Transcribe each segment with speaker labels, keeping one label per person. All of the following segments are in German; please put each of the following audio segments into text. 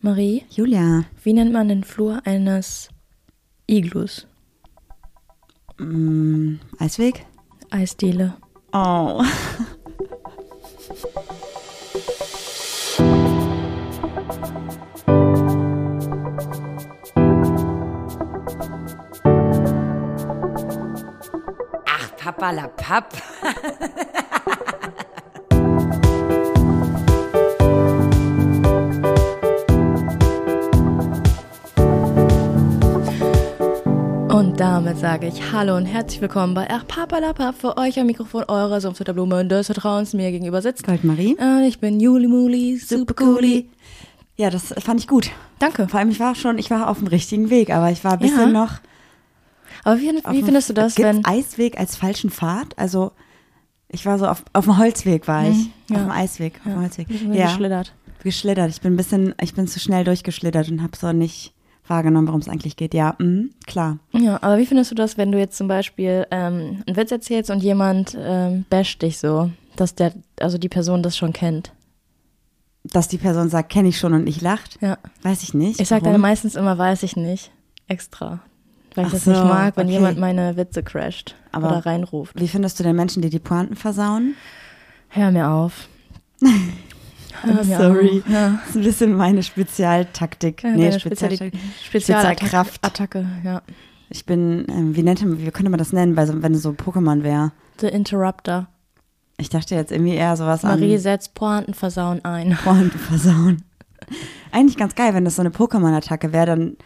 Speaker 1: Marie,
Speaker 2: Julia,
Speaker 1: wie nennt man den Flur eines Iglus?
Speaker 2: mm, Eisweg?
Speaker 1: Eisdiele.
Speaker 2: Oh.
Speaker 3: Ach, Papa la Papp.
Speaker 1: Und damit sage ich Hallo und herzlich willkommen bei Ach Papalapa für euch am Mikrofon eurer Sumpfhütter Blume und des Vertrauens mir gegenüber sitzt.
Speaker 2: Goldmarie.
Speaker 1: Und ich bin Juli Muli, super cooli.
Speaker 2: Ja, das fand ich gut.
Speaker 1: Danke.
Speaker 2: Vor allem, ich war schon, ich war auf dem richtigen Weg, aber ich war ein bisschen
Speaker 1: Ja.
Speaker 2: noch.
Speaker 1: Aber wie, wie
Speaker 2: auf
Speaker 1: findest du
Speaker 2: dem-
Speaker 1: das,
Speaker 2: Gibt's
Speaker 1: wenn.
Speaker 2: Eisweg als falschen Pfad? Also, ich war so auf, auf dem Holzweg, war ich.
Speaker 1: Mhm. ja.
Speaker 2: Auf dem Eisweg, auf dem Holzweg.
Speaker 1: Ich bin geschlittert.
Speaker 2: Geschlittert. Ich bin ein bisschen, ich bin zu schnell durchgeschlittert und habe so nicht wahrgenommen, worum es eigentlich geht. Ja, mhm, klar.
Speaker 1: Ja, aber wie findest du das, wenn du jetzt zum Beispiel ähm, einen Witz erzählst und jemand ähm, basht dich so, dass der, also die Person das schon kennt?
Speaker 2: Dass die Person sagt, kenne ich schon und nicht lacht,
Speaker 1: Ja.
Speaker 2: weiß ich nicht.
Speaker 1: Ich sage dann
Speaker 2: Warum?
Speaker 1: meistens immer, weiß ich nicht. Extra. Weil ich
Speaker 2: Ach
Speaker 1: das
Speaker 2: so,
Speaker 1: nicht mag, wenn
Speaker 2: okay.
Speaker 1: jemand meine Witze crasht
Speaker 2: Aber-
Speaker 1: oder reinruft.
Speaker 2: Wie findest du denn Menschen, die die Pointen versauen?
Speaker 1: Hör mir auf. Hör mir
Speaker 2: Sorry.
Speaker 1: Auf. Ja.
Speaker 2: Das ist ein bisschen meine Spezialtaktik.
Speaker 1: Ja,
Speaker 2: nee,
Speaker 1: deine
Speaker 2: Spezialtaktik.
Speaker 1: Speziali- Spezialattacke-
Speaker 2: Spezialkraft.
Speaker 1: Attacke, ja.
Speaker 2: Ich bin, ähm, wie nennt man, wie könnte man das nennen, weil so, wenn so Pokémon wäre?
Speaker 1: The Interrupter.
Speaker 2: Ich dachte jetzt irgendwie eher sowas
Speaker 1: Marie
Speaker 2: an
Speaker 1: setzt Pointenversauen ein.
Speaker 2: Pointen versauen. Eigentlich ganz geil, wenn das so eine Pokémon-Attacke wäre, dann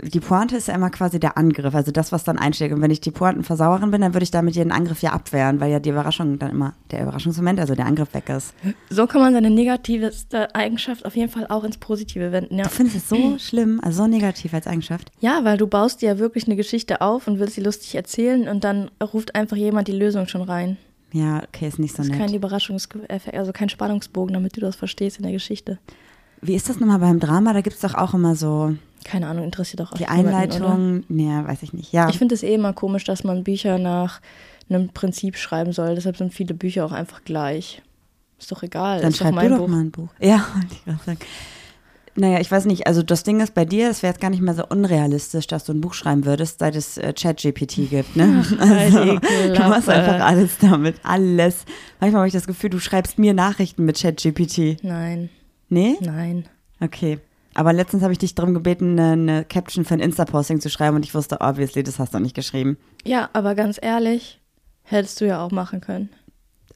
Speaker 2: die Pointe ist ja immer quasi der Angriff, also das, was dann einschlägt. Und wenn ich die Pointenversauerin bin, dann würde ich damit jeden Angriff ja abwehren, weil ja die Überraschung dann immer, der Überraschungsmoment, also der Angriff weg ist.
Speaker 1: So kann man seine negativste Eigenschaft auf jeden Fall auch ins Positive wenden, ja.
Speaker 2: Du findest es so schlimm, also so negativ als Eigenschaft.
Speaker 1: Ja, weil du baust dir ja wirklich eine Geschichte auf und willst sie lustig erzählen und dann ruft einfach jemand die Lösung schon rein.
Speaker 2: Ja, okay, ist nicht so
Speaker 1: Das ist
Speaker 2: nett.
Speaker 1: kein Überraschungseffekt, also kein Spannungsbogen, damit du das verstehst in der Geschichte.
Speaker 2: Wie ist das nochmal beim Drama? Da gibt es doch auch immer so
Speaker 1: Keine Ahnung, interessiert auch
Speaker 2: die
Speaker 1: echt niemanden, oder?
Speaker 2: Einleitung. Nee, weiß ich nicht. Ja,
Speaker 1: Ich finde es eh immer komisch, dass man Bücher nach einem Prinzip schreiben soll. Deshalb sind viele Bücher auch einfach gleich. Ist doch egal.
Speaker 2: dann
Speaker 1: ist doch
Speaker 2: schreib
Speaker 1: mein
Speaker 2: du doch
Speaker 1: Buch.
Speaker 2: mal ein Buch. Ja, wollte ich gerade sagen. Naja, ich weiß nicht. Also das Ding ist bei dir, es wäre jetzt gar nicht mehr so unrealistisch, dass du ein Buch schreiben würdest, seit es äh, ChatGPT gibt. Ne? also, du machst
Speaker 1: Klappe.
Speaker 2: einfach alles damit, alles. Manchmal habe ich das Gefühl, du schreibst mir Nachrichten mit ChatGPT.
Speaker 1: Nein,
Speaker 2: Nee?
Speaker 1: nein.
Speaker 2: Okay. Aber letztens habe ich dich darum gebeten, eine, eine Caption für ein Insta-Posting zu schreiben und ich wusste, obviously, das hast du nicht geschrieben.
Speaker 1: Ja, aber ganz ehrlich, hättest du ja auch machen können.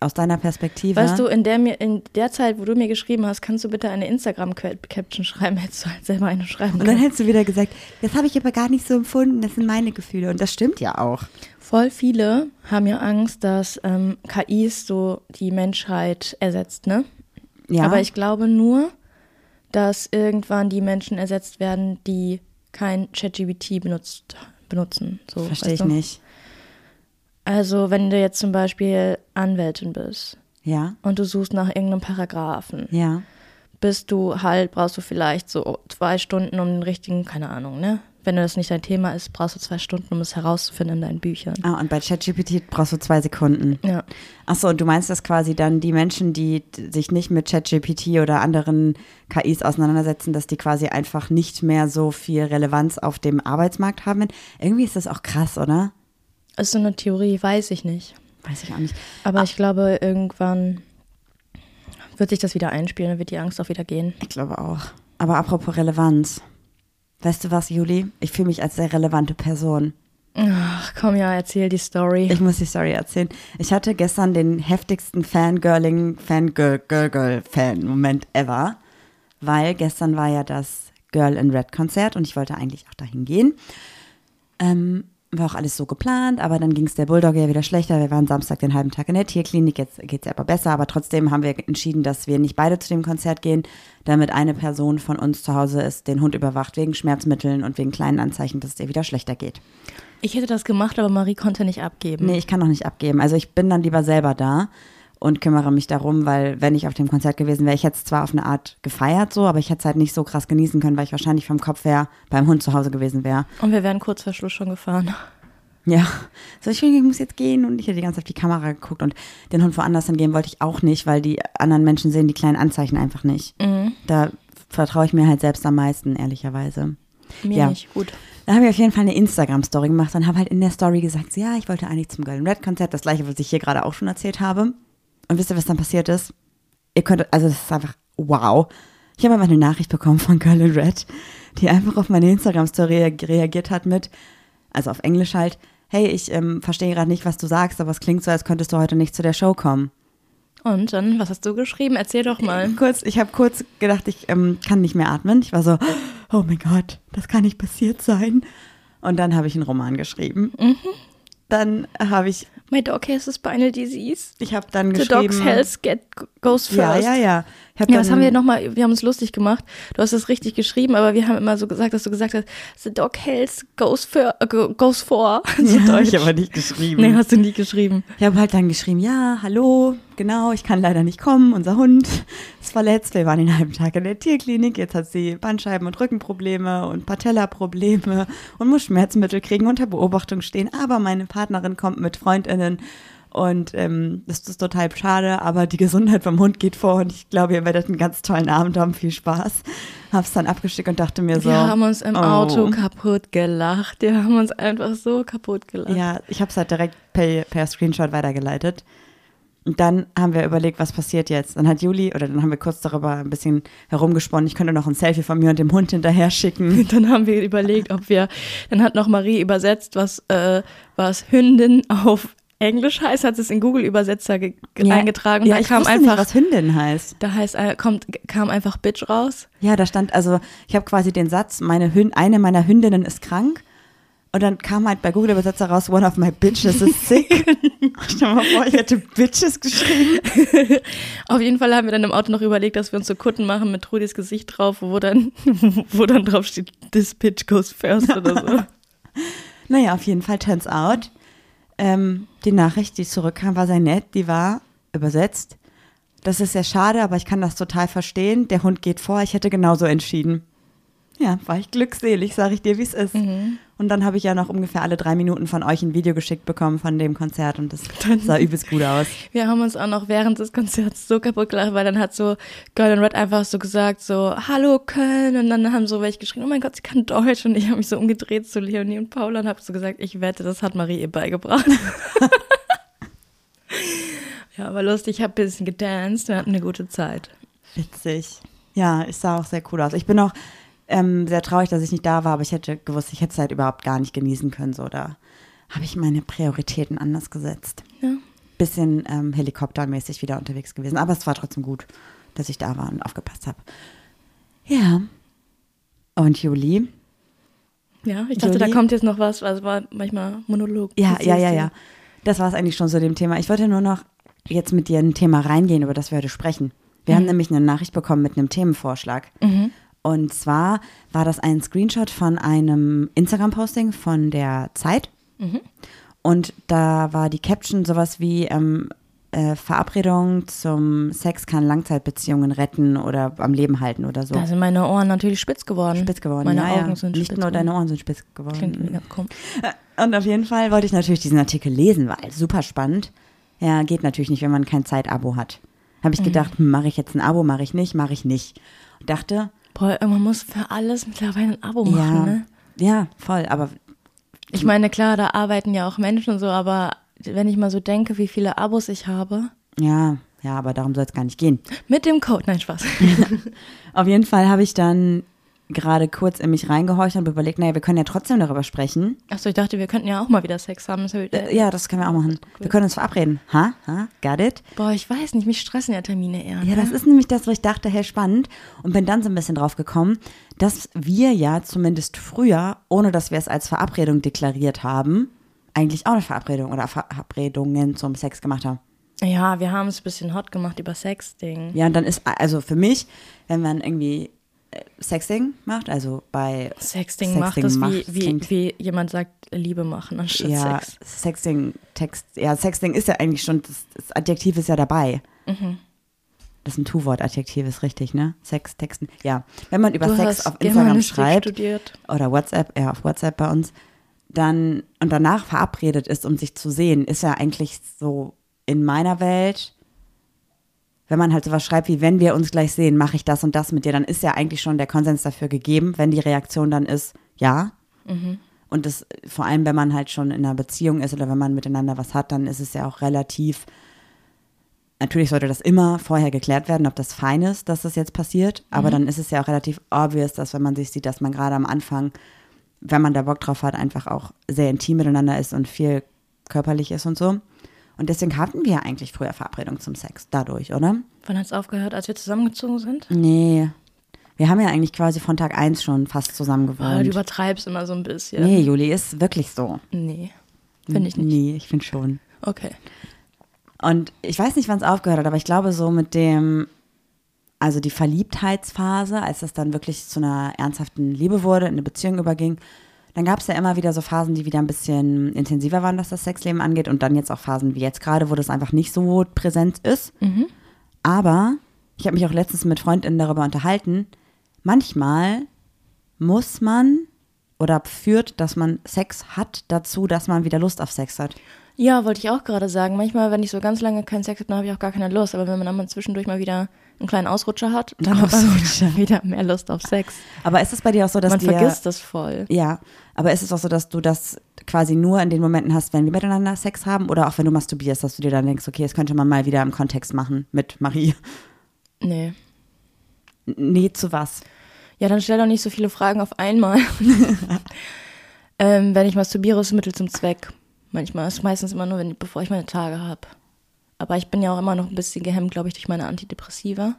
Speaker 2: Aus deiner Perspektive.
Speaker 1: Weißt du, in der, mir, in der Zeit, wo du mir geschrieben hast, kannst du bitte eine Instagram-Caption schreiben, hättest du halt selber eine schreiben
Speaker 2: Und dann
Speaker 1: können.
Speaker 2: hättest du wieder gesagt, das habe ich aber gar nicht so empfunden, das sind meine Gefühle. Und das stimmt ja auch.
Speaker 1: Voll viele haben ja Angst, dass ähm, KIs so die Menschheit ersetzt, ne?
Speaker 2: Ja,
Speaker 1: Aber ich glaube nur, dass irgendwann die Menschen ersetzt werden, die kein ChatGPT benutzt, benutzen. So,
Speaker 2: verstehe
Speaker 1: weißt
Speaker 2: ich
Speaker 1: du?
Speaker 2: nicht.
Speaker 1: Also wenn du jetzt zum Beispiel Anwältin bist
Speaker 2: Ja,
Speaker 1: und du suchst nach irgendeinem Paragraphen,
Speaker 2: ja.
Speaker 1: bist du halt, brauchst du vielleicht so zwei Stunden um den richtigen, keine Ahnung, ne? Wenn das nicht dein Thema ist, brauchst du zwei Stunden, um es herauszufinden in deinen Büchern.
Speaker 2: Ah, und bei ChatGPT brauchst du zwei Sekunden.
Speaker 1: Ja.
Speaker 2: Achso, und du meinst, dass quasi dann die Menschen, die t- sich nicht mit ChatGPT oder anderen KIs auseinandersetzen, dass die quasi einfach nicht mehr so viel Relevanz auf dem Arbeitsmarkt haben? Irgendwie ist das auch krass, oder?
Speaker 1: Ist so eine Theorie, weiß ich nicht.
Speaker 2: Weiß ich auch nicht.
Speaker 1: Aber ich glaube, irgendwann wird sich das wieder einspielen, dann wird die Angst auch wieder gehen.
Speaker 2: Ich glaube auch. Aber apropos Relevanz. Weißt du was, Juli? Ich fühle mich als sehr relevante Person.
Speaker 1: Ach komm, ja, erzähl die Story.
Speaker 2: Ich muss die Story erzählen. Ich hatte gestern den heftigsten Fangirling, Fangirl-Girl-Fan-Moment ever, weil gestern war ja das Girl in Red Konzert und ich wollte eigentlich auch dahin gehen. Ähm, war auch alles so geplant, aber dann ging es der Bulldogge ja wieder schlechter. Wir waren Samstag den halben Tag in der Tierklinik, jetzt geht es aber besser, aber trotzdem haben wir entschieden, dass wir nicht beide zu dem Konzert gehen, damit eine Person von uns zu Hause ist, den Hund überwacht wegen Schmerzmitteln und wegen kleinen Anzeichen, dass es ihr wieder schlechter geht.
Speaker 1: Ich hätte das gemacht, aber Marie konnte nicht abgeben.
Speaker 2: Nee, ich kann noch nicht abgeben. Also ich bin dann lieber selber da und kümmere mich darum, weil wenn ich auf dem Konzert gewesen wäre, ich hätte es zwar auf eine Art gefeiert so, aber ich hätte es halt nicht so krass genießen können, weil ich wahrscheinlich vom Kopf her beim Hund zu Hause gewesen wäre.
Speaker 1: Und wir wären kurz vor Schluss schon gefahren.
Speaker 2: Ja, so ich will, ich muss jetzt gehen und ich hätte die ganze Zeit auf die Kamera geguckt und den Hund woanders hingehen wollte ich auch nicht, weil die anderen Menschen sehen die kleinen Anzeichen einfach nicht. Da vertraue ich mir halt selbst am meisten, ehrlicherweise.
Speaker 1: Mir
Speaker 2: Ja.
Speaker 1: nicht. Gut.
Speaker 2: Da habe ich auf jeden Fall eine Instagram-Story gemacht und habe halt in der Story gesagt, so, ja, ich wollte eigentlich zum Golden Red Konzert, das gleiche, was ich hier gerade auch schon erzählt habe. Und wisst ihr, was dann passiert ist? Ihr könnt, also das ist einfach wow. Ich habe aber eine Nachricht bekommen von Golden Red, die einfach auf meine Instagram-Story re- reagiert hat mit, also auf Englisch halt, hey, ich ähm, verstehe gerade nicht, was du sagst, aber es klingt so, als könntest du heute nicht zu der Show kommen.
Speaker 1: Und dann, was hast du geschrieben? Erzähl doch mal.
Speaker 2: Kurz, ich habe kurz gedacht, ich ähm, kann nicht mehr atmen. Ich war so, oh mein Gott, das kann nicht passiert sein. Und dann habe ich einen Roman geschrieben.
Speaker 1: Mhm.
Speaker 2: Dann habe ich,
Speaker 1: My dog has a spinal disease.
Speaker 2: ich habe dann
Speaker 1: The
Speaker 2: geschrieben.
Speaker 1: dog's health get, goes first.
Speaker 2: ja, ja, ja. Ich hab
Speaker 1: Ja, was
Speaker 2: dann-
Speaker 1: haben wir nochmal, wir haben uns lustig gemacht. Du hast es richtig geschrieben, aber wir haben immer so gesagt, dass du gesagt hast, the dog health goes, for, äh, go- goes for. So
Speaker 2: Ja,
Speaker 1: deutsch.
Speaker 2: ich halt aber nicht geschrieben.
Speaker 1: Nee, hast du nie geschrieben.
Speaker 2: Ich habe halt dann geschrieben, ja, hallo, genau, ich kann leider nicht kommen, unser Hund ist verletzt, wir waren den halben Tag in der Tierklinik, jetzt hat sie Bandscheiben- und Rückenprobleme und Patellaprobleme und muss Schmerzmittel kriegen, unter Beobachtung stehen, aber meine Partnerin kommt mit Freundinnen und ähm, das ist total schade, aber die Gesundheit vom Hund geht vor und ich glaube, ihr werdet einen ganz tollen Abend haben, viel Spaß. Hab's dann abgeschickt und dachte mir so.
Speaker 1: Wir haben uns im
Speaker 2: oh.
Speaker 1: Auto kaputt gelacht. Wir haben uns einfach so kaputt gelacht.
Speaker 2: Ja, ich habe es halt direkt per, per Screenshot weitergeleitet. Und dann haben wir überlegt, was passiert jetzt. Dann hat Juli, oder dann haben wir kurz darüber ein bisschen herumgesponnen, ich könnte noch ein Selfie von mir und dem Hund hinterher schicken.
Speaker 1: Dann haben wir überlegt, ob wir. Dann hat noch Marie übersetzt, was, äh, was Hündin auf Englisch heißt, hat es in Google Übersetzer ge- ge- eingetragen. Und
Speaker 2: ja,
Speaker 1: da
Speaker 2: ich
Speaker 1: kam
Speaker 2: wusste
Speaker 1: einfach,
Speaker 2: nicht, was Hündin heißt.
Speaker 1: da heißt, äh, kommt, kam einfach Bitch raus.
Speaker 2: Ja, da stand, also ich habe quasi den Satz, meine Hün eine meiner Hündinnen ist krank. Und dann kam halt bei Google Übersetzer raus, one of my bitches is sick. Stell dir mal vor, ich hätte bitches geschrieben.
Speaker 1: Auf jeden Fall haben wir dann im Auto noch überlegt, dass wir uns so Kutten machen mit Trudis Gesicht drauf, wo dann, wo dann drauf steht, this bitch goes first oder so.
Speaker 2: Naja, auf jeden Fall turns out. Ähm, die Nachricht, die zurückkam, war sehr nett. Die war übersetzt. Das ist sehr schade, aber ich kann das total verstehen. Der Hund geht vor, ich hätte genauso entschieden. Ja, war ich glückselig, sage ich dir, wie es ist. Und dann habe ich ja noch ungefähr alle drei Minuten von euch ein Video geschickt bekommen von dem Konzert und das sah übelst gut aus.
Speaker 1: Wir haben uns auch noch während des Konzerts so kaputt gelacht, weil dann hat so Girl in Red einfach so gesagt, so, hallo Köln. Und dann haben so welche geschrieben, oh mein Gott, sie kann Deutsch. Und ich habe mich so umgedreht zu Leonie und Paula und habe so gesagt, ich wette, das hat Marie ihr beigebracht. ja, war lustig, ich habe ein bisschen gedanced, wir hatten eine gute Zeit.
Speaker 2: Witzig. Ja, es sah auch sehr cool aus. Ich bin auch ähm, sehr traurig, dass ich nicht da war, aber ich hätte gewusst, ich hätte es halt überhaupt gar nicht genießen können. So, da habe ich meine Prioritäten anders gesetzt.
Speaker 1: Ja.
Speaker 2: Bisschen ähm, helikoptermäßig wieder unterwegs gewesen, aber es war trotzdem gut, dass ich da war und aufgepasst habe. Ja. Und Juli?
Speaker 1: Ja, ich dachte, da
Speaker 2: Jolie?
Speaker 1: kommt jetzt noch was, also war manchmal Monolog.
Speaker 2: Ja,
Speaker 1: Das
Speaker 2: ja,
Speaker 1: siehst
Speaker 2: ja,
Speaker 1: du.
Speaker 2: ja. Das war es eigentlich schon zu dem Thema. Ich wollte nur noch jetzt mit dir in ein Thema reingehen, über das wir heute sprechen. Wir
Speaker 1: Mhm.
Speaker 2: haben nämlich eine Nachricht bekommen mit einem Themenvorschlag. Und zwar war das ein Screenshot von einem Instagram-Posting von der Zeit.
Speaker 1: Mhm.
Speaker 2: Und da war die Caption sowas wie ähm, äh, Verabredung zum Sex kann Langzeitbeziehungen retten oder am Leben halten oder so.
Speaker 1: Da sind meine Ohren natürlich spitz geworden.
Speaker 2: spitz geworden.
Speaker 1: Meine
Speaker 2: ja,
Speaker 1: Augen
Speaker 2: ja.
Speaker 1: sind
Speaker 2: Nicht
Speaker 1: spitz
Speaker 2: nur
Speaker 1: geworden.
Speaker 2: deine Ohren sind spitz geworden.
Speaker 1: Klingt mega komisch.
Speaker 2: Und auf jeden Fall wollte ich natürlich diesen Artikel lesen, weil super spannend. Ja, geht natürlich nicht, wenn man kein Zeitabo hat. Habe
Speaker 1: Mhm.
Speaker 2: ich gedacht, hm, mache ich jetzt ein Abo, mache ich nicht, mache ich nicht. Und dachte,
Speaker 1: Boah, man muss für alles mittlerweile ein Abo machen,
Speaker 2: ja,
Speaker 1: ne?
Speaker 2: ja, voll, aber
Speaker 1: Ich meine, klar, da arbeiten ja auch Menschen und so, aber wenn ich mal so denke, wie viele Abos ich habe.
Speaker 2: ja, ja, aber darum soll es gar nicht gehen.
Speaker 1: Mit dem Code, nein, Spaß.
Speaker 2: Auf jeden Fall habe ich dann gerade kurz in mich reingehorcht und überlegt, naja, wir können ja trotzdem darüber sprechen.
Speaker 1: Achso, ich dachte, wir könnten ja auch mal wieder Sex haben. Das hab ich-
Speaker 2: Äh, ja, das können wir auch machen. Wir können uns verabreden. Ha, ha, got it?
Speaker 1: Boah, ich weiß nicht, mich stressen ja Termine eher. ne?
Speaker 2: Ja, das ist nämlich das, wo ich dachte, hey, spannend. Und bin dann so ein bisschen drauf gekommen, dass wir ja zumindest früher, ohne dass wir es als Verabredung deklariert haben, eigentlich auch eine Verabredung oder Verabredungen zum Sex gemacht haben.
Speaker 1: Ja, wir haben es ein bisschen hot gemacht über Sex-Ding.
Speaker 2: Ja, und dann ist, also für mich, wenn man irgendwie äh, Sexting macht, also bei
Speaker 1: Sexting macht das, wie, wie,
Speaker 2: klingt-
Speaker 1: wie jemand sagt, Liebe machen anstatt
Speaker 2: ja,
Speaker 1: Sex.
Speaker 2: Sexting, Text, ja, Sexting ist ja eigentlich schon, das, das Adjektiv ist ja dabei.
Speaker 1: Mhm.
Speaker 2: Das ist ein Tu-Wort-Adjektiv, ist richtig, ne? Sex, Texten, ja. Wenn man über
Speaker 1: Du
Speaker 2: Sex
Speaker 1: hast
Speaker 2: auf Instagram
Speaker 1: Germanistik
Speaker 2: schreibt
Speaker 1: studiert.
Speaker 2: oder WhatsApp, ja, auf WhatsApp bei uns, dann und danach verabredet ist, um sich zu sehen, ist ja eigentlich so in meiner Welt wenn man halt sowas schreibt wie, wenn wir uns gleich sehen, mache ich das und das mit dir, dann ist ja eigentlich schon der Konsens dafür gegeben, wenn die Reaktion dann ist, ja. Und das, vor allem, wenn man halt schon in einer Beziehung ist oder wenn man miteinander was hat, dann ist es ja auch relativ, natürlich sollte das immer vorher geklärt werden, ob das fein ist, dass das jetzt passiert, aber
Speaker 1: Mhm.
Speaker 2: dann ist es ja auch relativ obvious, dass wenn man sich sieht, dass man gerade am Anfang, wenn man da Bock drauf hat, einfach auch sehr intim miteinander ist und viel körperlich ist und so. Und deswegen hatten wir eigentlich früher Verabredung zum Sex, dadurch, oder?
Speaker 1: Wann hat's aufgehört, als wir zusammengezogen sind?
Speaker 2: Nee. Wir haben ja eigentlich quasi von Tag 1 schon fast zusammen
Speaker 1: Ah, du
Speaker 2: gewohnt.
Speaker 1: übertreibst immer so ein bisschen.
Speaker 2: nee, Juli, ist wirklich so.
Speaker 1: Nee, finde ich nicht.
Speaker 2: Nee, ich finde schon.
Speaker 1: Okay.
Speaker 2: Und ich weiß nicht, wann es aufgehört hat, aber ich glaube so mit dem, also die Verliebtheitsphase, als das dann wirklich zu einer ernsthaften Liebe wurde, in eine Beziehung überging, dann gab es ja immer wieder so Phasen, die wieder ein bisschen intensiver waren, was das Sexleben angeht. Und dann jetzt auch Phasen wie jetzt gerade, wo das einfach nicht so präsent ist.
Speaker 1: Mhm.
Speaker 2: Aber ich habe mich auch letztens mit Freundinnen darüber unterhalten, manchmal muss man oder führt, dass man Sex hat, dazu, dass man wieder Lust auf Sex hat.
Speaker 1: Ja, wollte ich auch gerade sagen. Manchmal, wenn ich so ganz lange keinen Sex habe, dann habe ich auch gar keine Lust. Aber wenn man dann mal zwischendurch mal wieder einen kleinen Ausrutscher hat, dann hat man wieder- wieder mehr Lust auf Sex.
Speaker 2: Aber ist es bei dir auch so, dass
Speaker 1: man
Speaker 2: dir
Speaker 1: vergisst das voll.
Speaker 2: Ja, aber ist es auch so, dass du das quasi nur in den Momenten hast, wenn wir miteinander Sex haben oder auch wenn du masturbierst, dass du dir dann denkst, okay, das könnte man mal wieder im Kontext machen mit Marie.
Speaker 1: Nee.
Speaker 2: N- Nee, zu was?
Speaker 1: Ja, dann stell doch nicht so viele Fragen auf einmal. ähm, wenn ich masturbiere, ist Mittel zum Zweck. Manchmal ist meistens immer nur, wenn, bevor ich meine Tage habe. Aber ich bin ja auch immer noch ein bisschen gehemmt, glaube ich, durch meine Antidepressiva.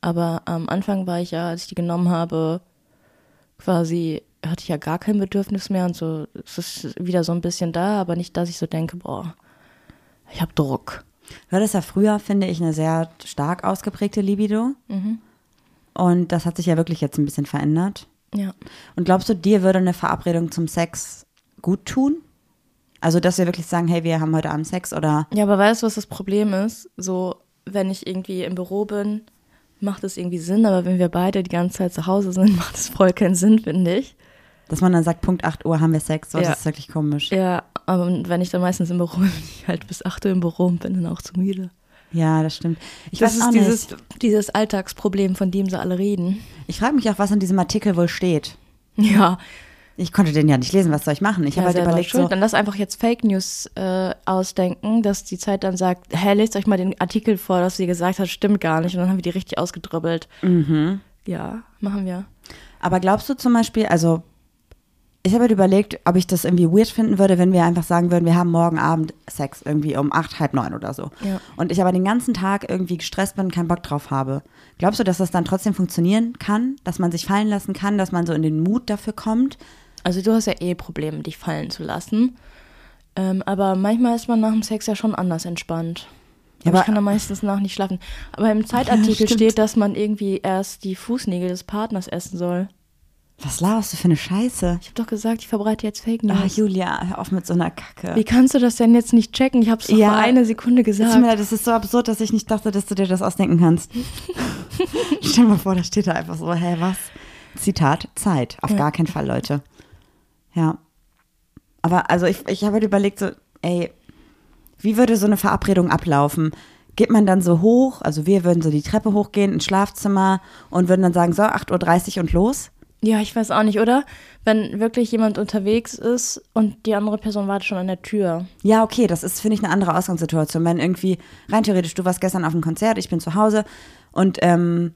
Speaker 1: Aber am Anfang war ich ja, als ich die genommen habe, quasi hatte ich ja gar kein Bedürfnis mehr und so. Es ist wieder so ein bisschen da, aber nicht, dass ich so denke, boah, ich habe Druck.
Speaker 2: Du hattest ja früher, finde ich, eine sehr stark ausgeprägte Libido.
Speaker 1: Mhm.
Speaker 2: Und das hat sich ja wirklich jetzt ein bisschen verändert.
Speaker 1: Ja.
Speaker 2: Und glaubst du, dir würde eine Verabredung zum Sex gut tun? Also, dass wir wirklich sagen, hey, wir haben heute Abend Sex oder
Speaker 1: Ja, aber weißt du, was das Problem ist? So, wenn ich irgendwie im Büro bin, macht es irgendwie Sinn, aber wenn wir beide die ganze Zeit zu Hause sind, macht es voll keinen Sinn, finde ich.
Speaker 2: dass man dann sagt, Punkt 8 Uhr haben wir Sex. So,
Speaker 1: Ja.
Speaker 2: Das ist wirklich komisch.
Speaker 1: Ja, aber wenn ich dann meistens im Büro bin, bin ich halt bis 8 Uhr im Büro und bin dann auch zu müde.
Speaker 2: Ja, das stimmt. Ich
Speaker 1: das
Speaker 2: weiß
Speaker 1: ist
Speaker 2: auch nicht.
Speaker 1: dieses, dieses Alltagsproblem, von dem sie alle reden.
Speaker 2: Ich frage mich auch, was in diesem Artikel wohl steht.
Speaker 1: Ja,
Speaker 2: Ich konnte den ja nicht lesen, was soll ich machen? Ich
Speaker 1: ja
Speaker 2: habe halt
Speaker 1: selber
Speaker 2: überlegt,
Speaker 1: schuld.
Speaker 2: so,
Speaker 1: Dann lass einfach jetzt Fake News äh, ausdenken, dass die Zeit dann sagt, hä, lest euch mal den Artikel vor, dass sie gesagt hat, stimmt gar nicht. Und dann haben wir die richtig ausgedrübbelt.
Speaker 2: Mhm.
Speaker 1: Ja, machen wir.
Speaker 2: aber glaubst du zum Beispiel, also ich habe halt überlegt, ob ich das irgendwie weird finden würde, wenn wir einfach sagen würden, wir haben morgen Abend Sex irgendwie um acht, halb neun oder so.
Speaker 1: Ja.
Speaker 2: Und ich aber den ganzen Tag irgendwie gestresst bin und keinen Bock drauf habe. Glaubst du, dass das dann trotzdem funktionieren kann, dass man sich fallen lassen kann, dass man so in den Mut dafür kommt?
Speaker 1: Also du hast ja eh Probleme, dich fallen zu lassen. Ähm, aber manchmal ist man nach dem Sex ja schon anders entspannt. aber
Speaker 2: Ja, aber-
Speaker 1: ich kann da meistens nach nicht schlafen. Aber im Zeitartikel
Speaker 2: stimmt.
Speaker 1: steht, dass man irgendwie erst die Fußnägel des Partners essen soll.
Speaker 2: Was laberst du für eine Scheiße?
Speaker 1: Ich habe doch gesagt, ich verbreite jetzt Fake
Speaker 2: Ah,
Speaker 1: News.
Speaker 2: Julia, hör auf mit so einer Kacke.
Speaker 1: Wie kannst du das denn jetzt nicht checken? Ich habe es
Speaker 2: Ja.
Speaker 1: vor einer Sekunde
Speaker 2: Tut mir
Speaker 1: gesagt.
Speaker 2: leid, das ist so absurd, dass ich nicht dachte, dass du dir das ausdenken kannst. Stell dir mal vor, da steht da einfach so, hä, was? Zitat, Zeit. Auf gar keinen Fall, Leute. Ja. Aber also ich, ich habe halt überlegt, so, ey, wie würde so eine Verabredung ablaufen? Geht man dann so hoch, also wir würden so die Treppe hochgehen ins Schlafzimmer und würden dann sagen, so 8.30 Uhr und los?
Speaker 1: Ja, ich weiß auch nicht, oder? Wenn wirklich jemand unterwegs ist und die andere Person wartet schon an der Tür.
Speaker 2: Ja, okay, das ist, finde ich, eine andere Ausgangssituation. Wenn irgendwie, rein theoretisch, du warst gestern auf einem Konzert, ich bin zu Hause und ähm,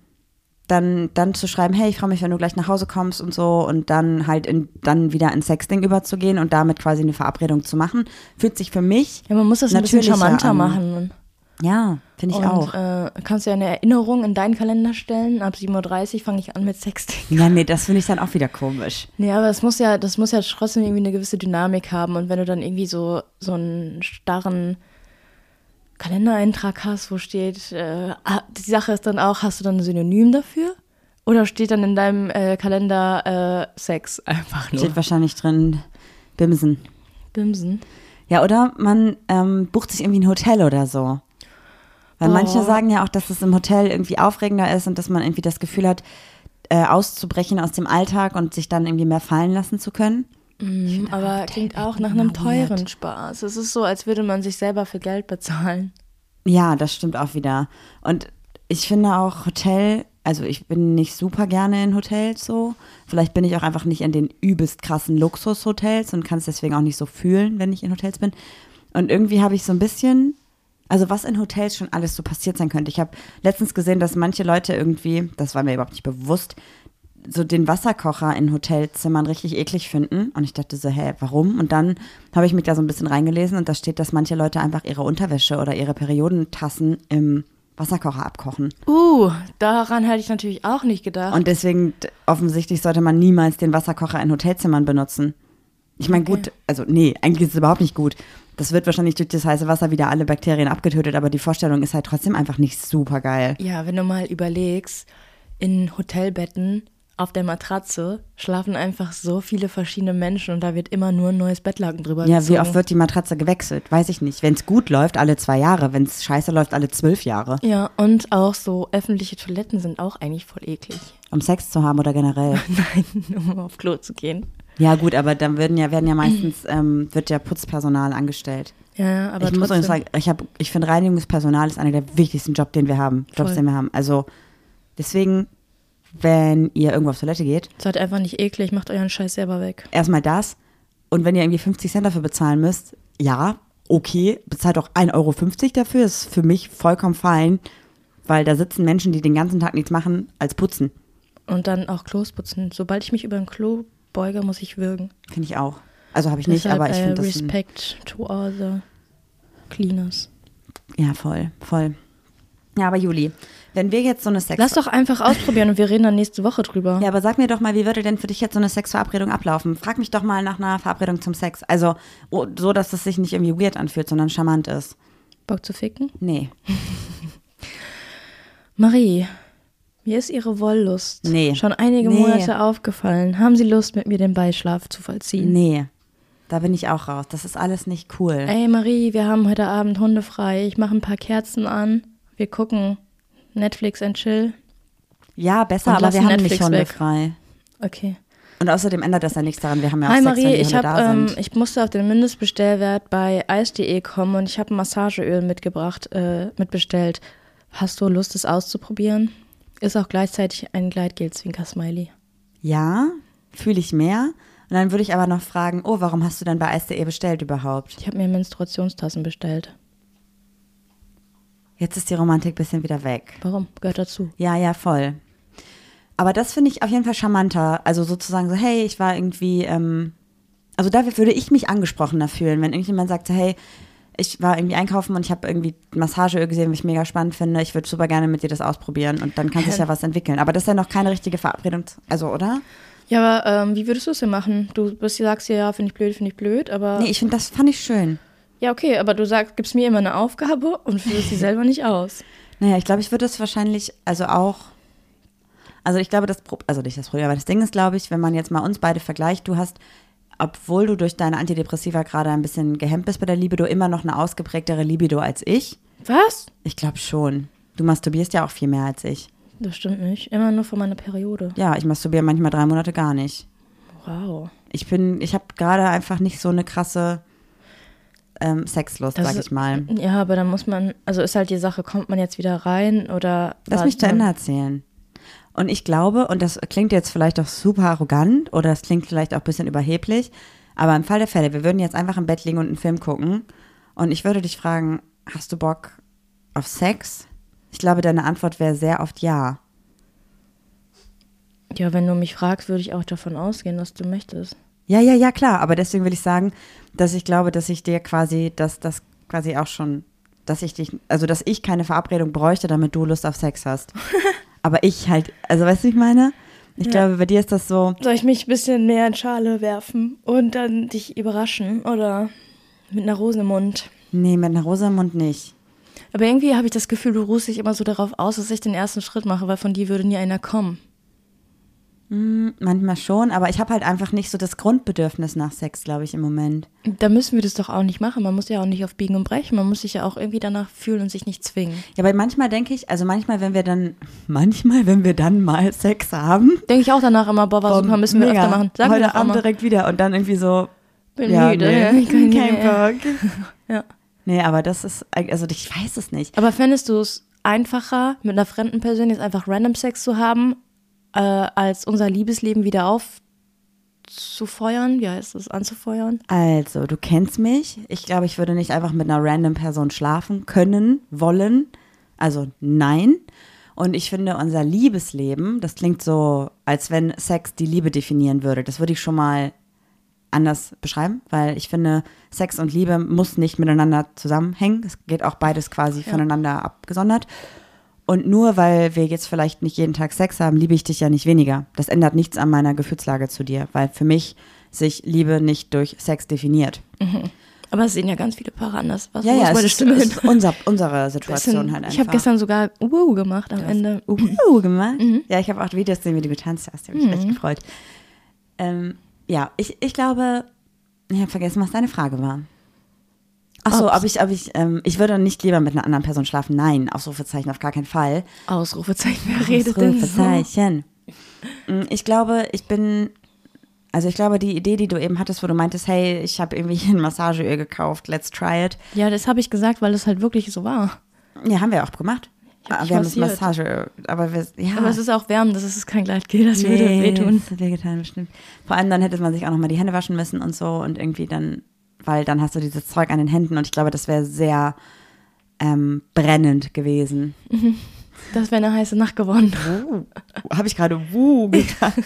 Speaker 2: dann, dann zu schreiben, hey, ich freue mich, wenn du gleich nach Hause kommst und so und dann halt in, dann wieder ins Sexting überzugehen und damit quasi eine Verabredung zu machen, fühlt sich für mich.
Speaker 1: Ja, man muss das ein bisschen
Speaker 2: natürlicher
Speaker 1: charmanter
Speaker 2: an.
Speaker 1: machen.
Speaker 2: Ja, finde ich
Speaker 1: und,
Speaker 2: auch.
Speaker 1: Äh, kannst du ja eine Erinnerung in deinen Kalender stellen. Ab 7.30 Uhr fange ich an mit Sexting.
Speaker 2: ja, nee, das finde ich dann auch wieder komisch.
Speaker 1: Nee, aber es muss ja, das muss ja trotzdem irgendwie eine gewisse Dynamik haben. Und wenn du dann irgendwie so, so einen starren Kalendereintrag hast, wo steht, äh, ah, die Sache ist dann auch, hast du dann ein Synonym dafür? Oder steht dann in deinem äh, Kalender äh, Sex einfach nur?
Speaker 2: Steht wahrscheinlich drin, Bimsen.
Speaker 1: Bimsen.
Speaker 2: Ja, oder man ähm, bucht sich irgendwie ein Hotel oder so. Weil manche
Speaker 1: Boah.
Speaker 2: sagen ja auch, dass es im Hotel irgendwie aufregender ist und dass man irgendwie das Gefühl hat, äh, auszubrechen aus dem Alltag und sich dann irgendwie mehr fallen lassen zu können.
Speaker 1: Aber klingt auch nach einem teuren Spaß. Es ist so, als würde man sich selber für Geld bezahlen.
Speaker 2: Ja, das stimmt auch wieder. Und ich finde auch Hotel, also ich bin nicht super gerne in Hotels so. Vielleicht bin ich auch einfach nicht in den übelst krassen Luxushotels und kann es deswegen auch nicht so fühlen, wenn ich in Hotels bin. Und irgendwie habe ich so ein bisschen, also was in Hotels schon alles so passiert sein könnte. Ich habe letztens gesehen, dass manche Leute irgendwie, das war mir überhaupt nicht bewusst, so den Wasserkocher in Hotelzimmern richtig eklig finden. Und ich dachte so, hä, warum? Und dann habe ich mich da so ein bisschen reingelesen und da steht, dass manche Leute einfach ihre Unterwäsche oder ihre Periodentassen im Wasserkocher abkochen.
Speaker 1: Uh, daran hätte ich natürlich auch nicht gedacht.
Speaker 2: Und deswegen d- offensichtlich sollte man niemals den Wasserkocher in Hotelzimmern benutzen. Ich meine, gut, also nee, eigentlich ist es überhaupt nicht gut. Das wird wahrscheinlich durch das heiße Wasser wieder alle Bakterien abgetötet, aber die Vorstellung ist halt trotzdem einfach nicht super geil.
Speaker 1: Ja, wenn du mal überlegst, in Hotelbetten auf der Matratze schlafen einfach so viele verschiedene Menschen und da wird immer nur ein neues Bettlaken drüber
Speaker 2: Ja,
Speaker 1: gezogen.
Speaker 2: wie oft wird die Matratze gewechselt? Weiß ich nicht. Wenn es gut läuft, alle zwei Jahre. Wenn es scheiße läuft, alle zwölf Jahre.
Speaker 1: Ja, und auch so öffentliche Toiletten sind auch eigentlich voll eklig.
Speaker 2: Um Sex zu haben oder generell.
Speaker 1: Nein, um auf Klo zu gehen.
Speaker 2: Ja, gut, aber dann würden ja, werden ja meistens, ähm, wird ja Putzpersonal angestellt.
Speaker 1: Ja, aber
Speaker 2: ich muss
Speaker 1: trotzdem.
Speaker 2: übrigens sagen, ich, hab- ich finde Reinigungspersonal ist einer der wichtigsten Jobs, den wir haben. Jobs,
Speaker 1: Voll.
Speaker 2: den wir haben. Also deswegen, wenn ihr irgendwo auf Toilette geht,
Speaker 1: Seid einfach nicht eklig, macht euren Scheiß selber weg.
Speaker 2: erstmal das. Und wenn ihr irgendwie 50 Cent dafür bezahlen müsst, ja, okay, bezahlt auch 1,50 Euro dafür. Ist für mich vollkommen fein, weil da sitzen Menschen, die den ganzen Tag nichts machen, als putzen.
Speaker 1: Und dann auch Klos putzen. Sobald ich mich über ein Klo beuge, muss ich würgen.
Speaker 2: Finde ich auch. Also habe ich nicht,
Speaker 1: Deshalb,
Speaker 2: aber ich
Speaker 1: äh,
Speaker 2: finde das. ein-
Speaker 1: Respect to all the cleaners.
Speaker 2: Ja, voll, voll. Ja, aber Juli, wenn wir jetzt so eine Sex...
Speaker 1: Lass doch einfach ausprobieren und wir reden dann nächste Woche drüber.
Speaker 2: ja, aber sag mir doch mal, wie würde denn für dich jetzt so eine Sexverabredung ablaufen? Frag mich doch mal nach einer Verabredung zum Sex. Also oh, so, dass es sich nicht irgendwie weird anfühlt, sondern charmant ist.
Speaker 1: Bock zu ficken?
Speaker 2: Nee,
Speaker 1: Marie, mir ist Ihre Wolllust
Speaker 2: Nee.
Speaker 1: schon einige
Speaker 2: Nee.
Speaker 1: Monate aufgefallen. Haben Sie Lust, mit mir den Beischlaf zu vollziehen?
Speaker 2: nee. Da bin ich auch raus. Das ist alles nicht cool.
Speaker 1: Ey Marie, wir haben heute Abend Hunde frei. Ich mache ein paar Kerzen an. Wir gucken Netflix and Chill.
Speaker 2: Ja, besser,
Speaker 1: Und
Speaker 2: aber
Speaker 1: lassen
Speaker 2: wir haben nicht
Speaker 1: Netflix
Speaker 2: Hunde
Speaker 1: weg.
Speaker 2: frei.
Speaker 1: Okay.
Speaker 2: Und außerdem ändert das ja nichts daran. Wir haben ja auch
Speaker 1: Hi
Speaker 2: Sex, wenn
Speaker 1: Marie,
Speaker 2: die
Speaker 1: ich,
Speaker 2: Hunde
Speaker 1: hab,
Speaker 2: da
Speaker 1: ähm,
Speaker 2: sind.
Speaker 1: ich musste auf den Mindestbestellwert bei ice.de kommen und ich habe ein Massageöl mitgebracht, äh, mitbestellt. Hast du Lust, es auszuprobieren? Ist auch gleichzeitig ein Gleitgel-Zwinker-Smiley.
Speaker 2: Ja, fühle ich mehr. Und dann würde ich aber noch fragen, oh, warum hast du denn bei Eis.de bestellt überhaupt?
Speaker 1: Ich habe mir Menstruationstassen bestellt.
Speaker 2: Jetzt ist die Romantik ein bisschen wieder weg.
Speaker 1: Warum? Gehört dazu.
Speaker 2: Ja, ja, voll. Aber das finde ich auf jeden Fall charmanter. Also sozusagen so, hey, ich war irgendwie, ähm, also da würde ich mich angesprochener fühlen, wenn irgendjemand sagt, so, hey, ich war irgendwie einkaufen und ich habe irgendwie Massageöl gesehen, was ich mega spannend finde. Ich würde super gerne mit dir das ausprobieren und dann kann sich ja was entwickeln. Aber das ist ja noch keine richtige Verabredung, also oder?
Speaker 1: Ja, aber ähm, wie würdest du es denn machen? Du bist, sagst ja, ja, finde ich blöd, finde ich blöd, aber.
Speaker 2: Nee, ich finde, das fand ich schön.
Speaker 1: Ja, okay, aber du sagst, gibst mir immer eine Aufgabe und führst sie selber nicht aus.
Speaker 2: Naja, ich glaube, ich würde das wahrscheinlich, also auch, also ich glaube, das, Pro- also nicht das Problem, aber das Ding ist, glaube ich, wenn man jetzt mal uns beide vergleicht, du hast, obwohl du durch deine Antidepressiva gerade ein bisschen gehemmt bist bei der Libido, immer noch eine ausgeprägtere Libido als ich.
Speaker 1: Was?
Speaker 2: Ich glaube schon. Du masturbierst ja auch viel mehr als ich.
Speaker 1: Das stimmt nicht. Immer nur von meiner Periode.
Speaker 2: Ja, ich masturbiere manchmal drei Monate gar nicht.
Speaker 1: Wow.
Speaker 2: Ich bin, ich habe gerade einfach nicht so eine krasse ähm, Sexlust,
Speaker 1: Das
Speaker 2: sag
Speaker 1: ist-
Speaker 2: ich mal.
Speaker 1: Ja, aber dann muss man, also ist halt die Sache, kommt man jetzt wieder rein oder.
Speaker 2: Lass mich zu Ende erzählen. Und ich glaube, und das klingt jetzt vielleicht auch super arrogant oder es klingt vielleicht auch ein bisschen überheblich, aber im Fall der Fälle, wir würden jetzt einfach im Bett liegen und einen Film gucken und ich würde dich fragen, hast du Bock auf Sex? Ich glaube, deine Antwort wäre sehr oft ja.
Speaker 1: Ja, wenn du mich fragst, würde ich auch davon ausgehen, dass du möchtest.
Speaker 2: Ja, ja, ja, klar, aber deswegen will ich sagen, dass ich glaube, dass ich dir quasi, dass das quasi auch schon, dass ich dich, also dass ich keine Verabredung bräuchte, damit du Lust auf Sex hast. aber ich halt, also weißt du, wie ich meine? Ich glaube, bei dir ist das so,
Speaker 1: Soll ich mich ein bisschen mehr in Schale werfen und dann dich überraschen oder mit einer Rose im Mund?
Speaker 2: Nee, mit einer Rose im Mund nicht.
Speaker 1: Aber irgendwie habe ich das Gefühl, du ruhst dich immer so darauf aus, dass ich den ersten Schritt mache, weil von dir würde nie einer kommen.
Speaker 2: Manchmal schon, aber ich habe halt einfach nicht so das Grundbedürfnis nach Sex, glaube ich, im Moment.
Speaker 1: Da müssen wir das doch auch nicht machen. Man muss ja auch nicht auf Biegen und Brechen. Man muss sich ja auch irgendwie danach fühlen und sich nicht zwingen.
Speaker 2: Ja, weil manchmal denke ich, also manchmal, wenn wir dann, manchmal, wenn wir dann mal Sex haben,
Speaker 1: Denke ich auch danach immer, boah, war Oh, super, müssen wir
Speaker 2: mega,
Speaker 1: öfter machen. Sagen
Speaker 2: heute
Speaker 1: wir doch auch
Speaker 2: Abend
Speaker 1: mal.
Speaker 2: direkt wieder und dann irgendwie so,
Speaker 1: Bin
Speaker 2: ja,
Speaker 1: müde,
Speaker 2: nee,
Speaker 1: ja, ich kann nicht
Speaker 2: kein Bock.
Speaker 1: Ja.
Speaker 2: Nee, aber das ist, also ich weiß es nicht.
Speaker 1: Aber fändest du es einfacher, mit einer fremden Person jetzt einfach random Sex zu haben, äh, als unser Liebesleben wieder aufzufeuern? Wie heißt das? Anzufeuern?
Speaker 2: Also, du kennst mich. Ich glaube, ich würde nicht einfach mit einer random Person schlafen können, wollen. Also nein. Und ich finde, unser Liebesleben, das klingt so, als wenn Sex die Liebe definieren würde. Das würde ich schon mal anders beschreiben, weil ich finde, Sex und Liebe muss nicht miteinander zusammenhängen. Es geht auch beides quasi voneinander abgesondert. Und nur weil wir jetzt vielleicht nicht jeden Tag Sex haben, liebe ich dich ja nicht weniger. Das ändert nichts an meiner Gefühlslage zu dir, weil für mich sich Liebe nicht durch Sex definiert.
Speaker 1: Aber es sehen ja ganz viele Paare anders. Was
Speaker 2: Ja,
Speaker 1: wo
Speaker 2: ja,
Speaker 1: ist
Speaker 2: es
Speaker 1: meine
Speaker 2: ist,
Speaker 1: Stimme hin?
Speaker 2: ist unser, unsere Situation
Speaker 1: Bisschen,
Speaker 2: halt einfach.
Speaker 1: ich habe gestern sogar Uhu gemacht am Ende. Uhu.
Speaker 2: Uh, Mhm. gemacht. Ja, ich habe auch Videos gesehen, wie du getanzt hast. Ich habe mich echt gefreut. Ähm, ja, ich, ich glaube, ich habe vergessen, was deine Frage war. Achso, ob ich, ob ich, ähm, ich würde nicht lieber mit einer anderen Person schlafen. Nein, Ausrufezeichen auf gar keinen Fall.
Speaker 1: Ausrufezeichen, wer redet denn so?
Speaker 2: Ausrufezeichen. Mm, Ich glaube, ich bin, also ich glaube, die Idee, die du eben hattest, wo du meintest, hey, ich habe irgendwie ein Massageöl gekauft, let's try it.
Speaker 1: Ja, das habe ich gesagt, weil es halt wirklich so war.
Speaker 2: Ja, haben wir auch gemacht. Ah,
Speaker 1: hab dich
Speaker 2: wir haben das
Speaker 1: massiert.
Speaker 2: Massageöl, aber wir, ja.
Speaker 1: Aber es ist auch wärm, das ist kein Gleitgel, das würde wehtun.
Speaker 2: Das hat wehgetan, bestimmt. Vor allem dann hätte man sich auch nochmal die Hände waschen müssen und so und irgendwie dann, weil dann hast du dieses Zeug an den Händen und ich glaube, das wäre sehr ähm, brennend gewesen.
Speaker 1: Das wäre eine heiße Nacht geworden.
Speaker 2: Habe ich gerade wuh gedacht.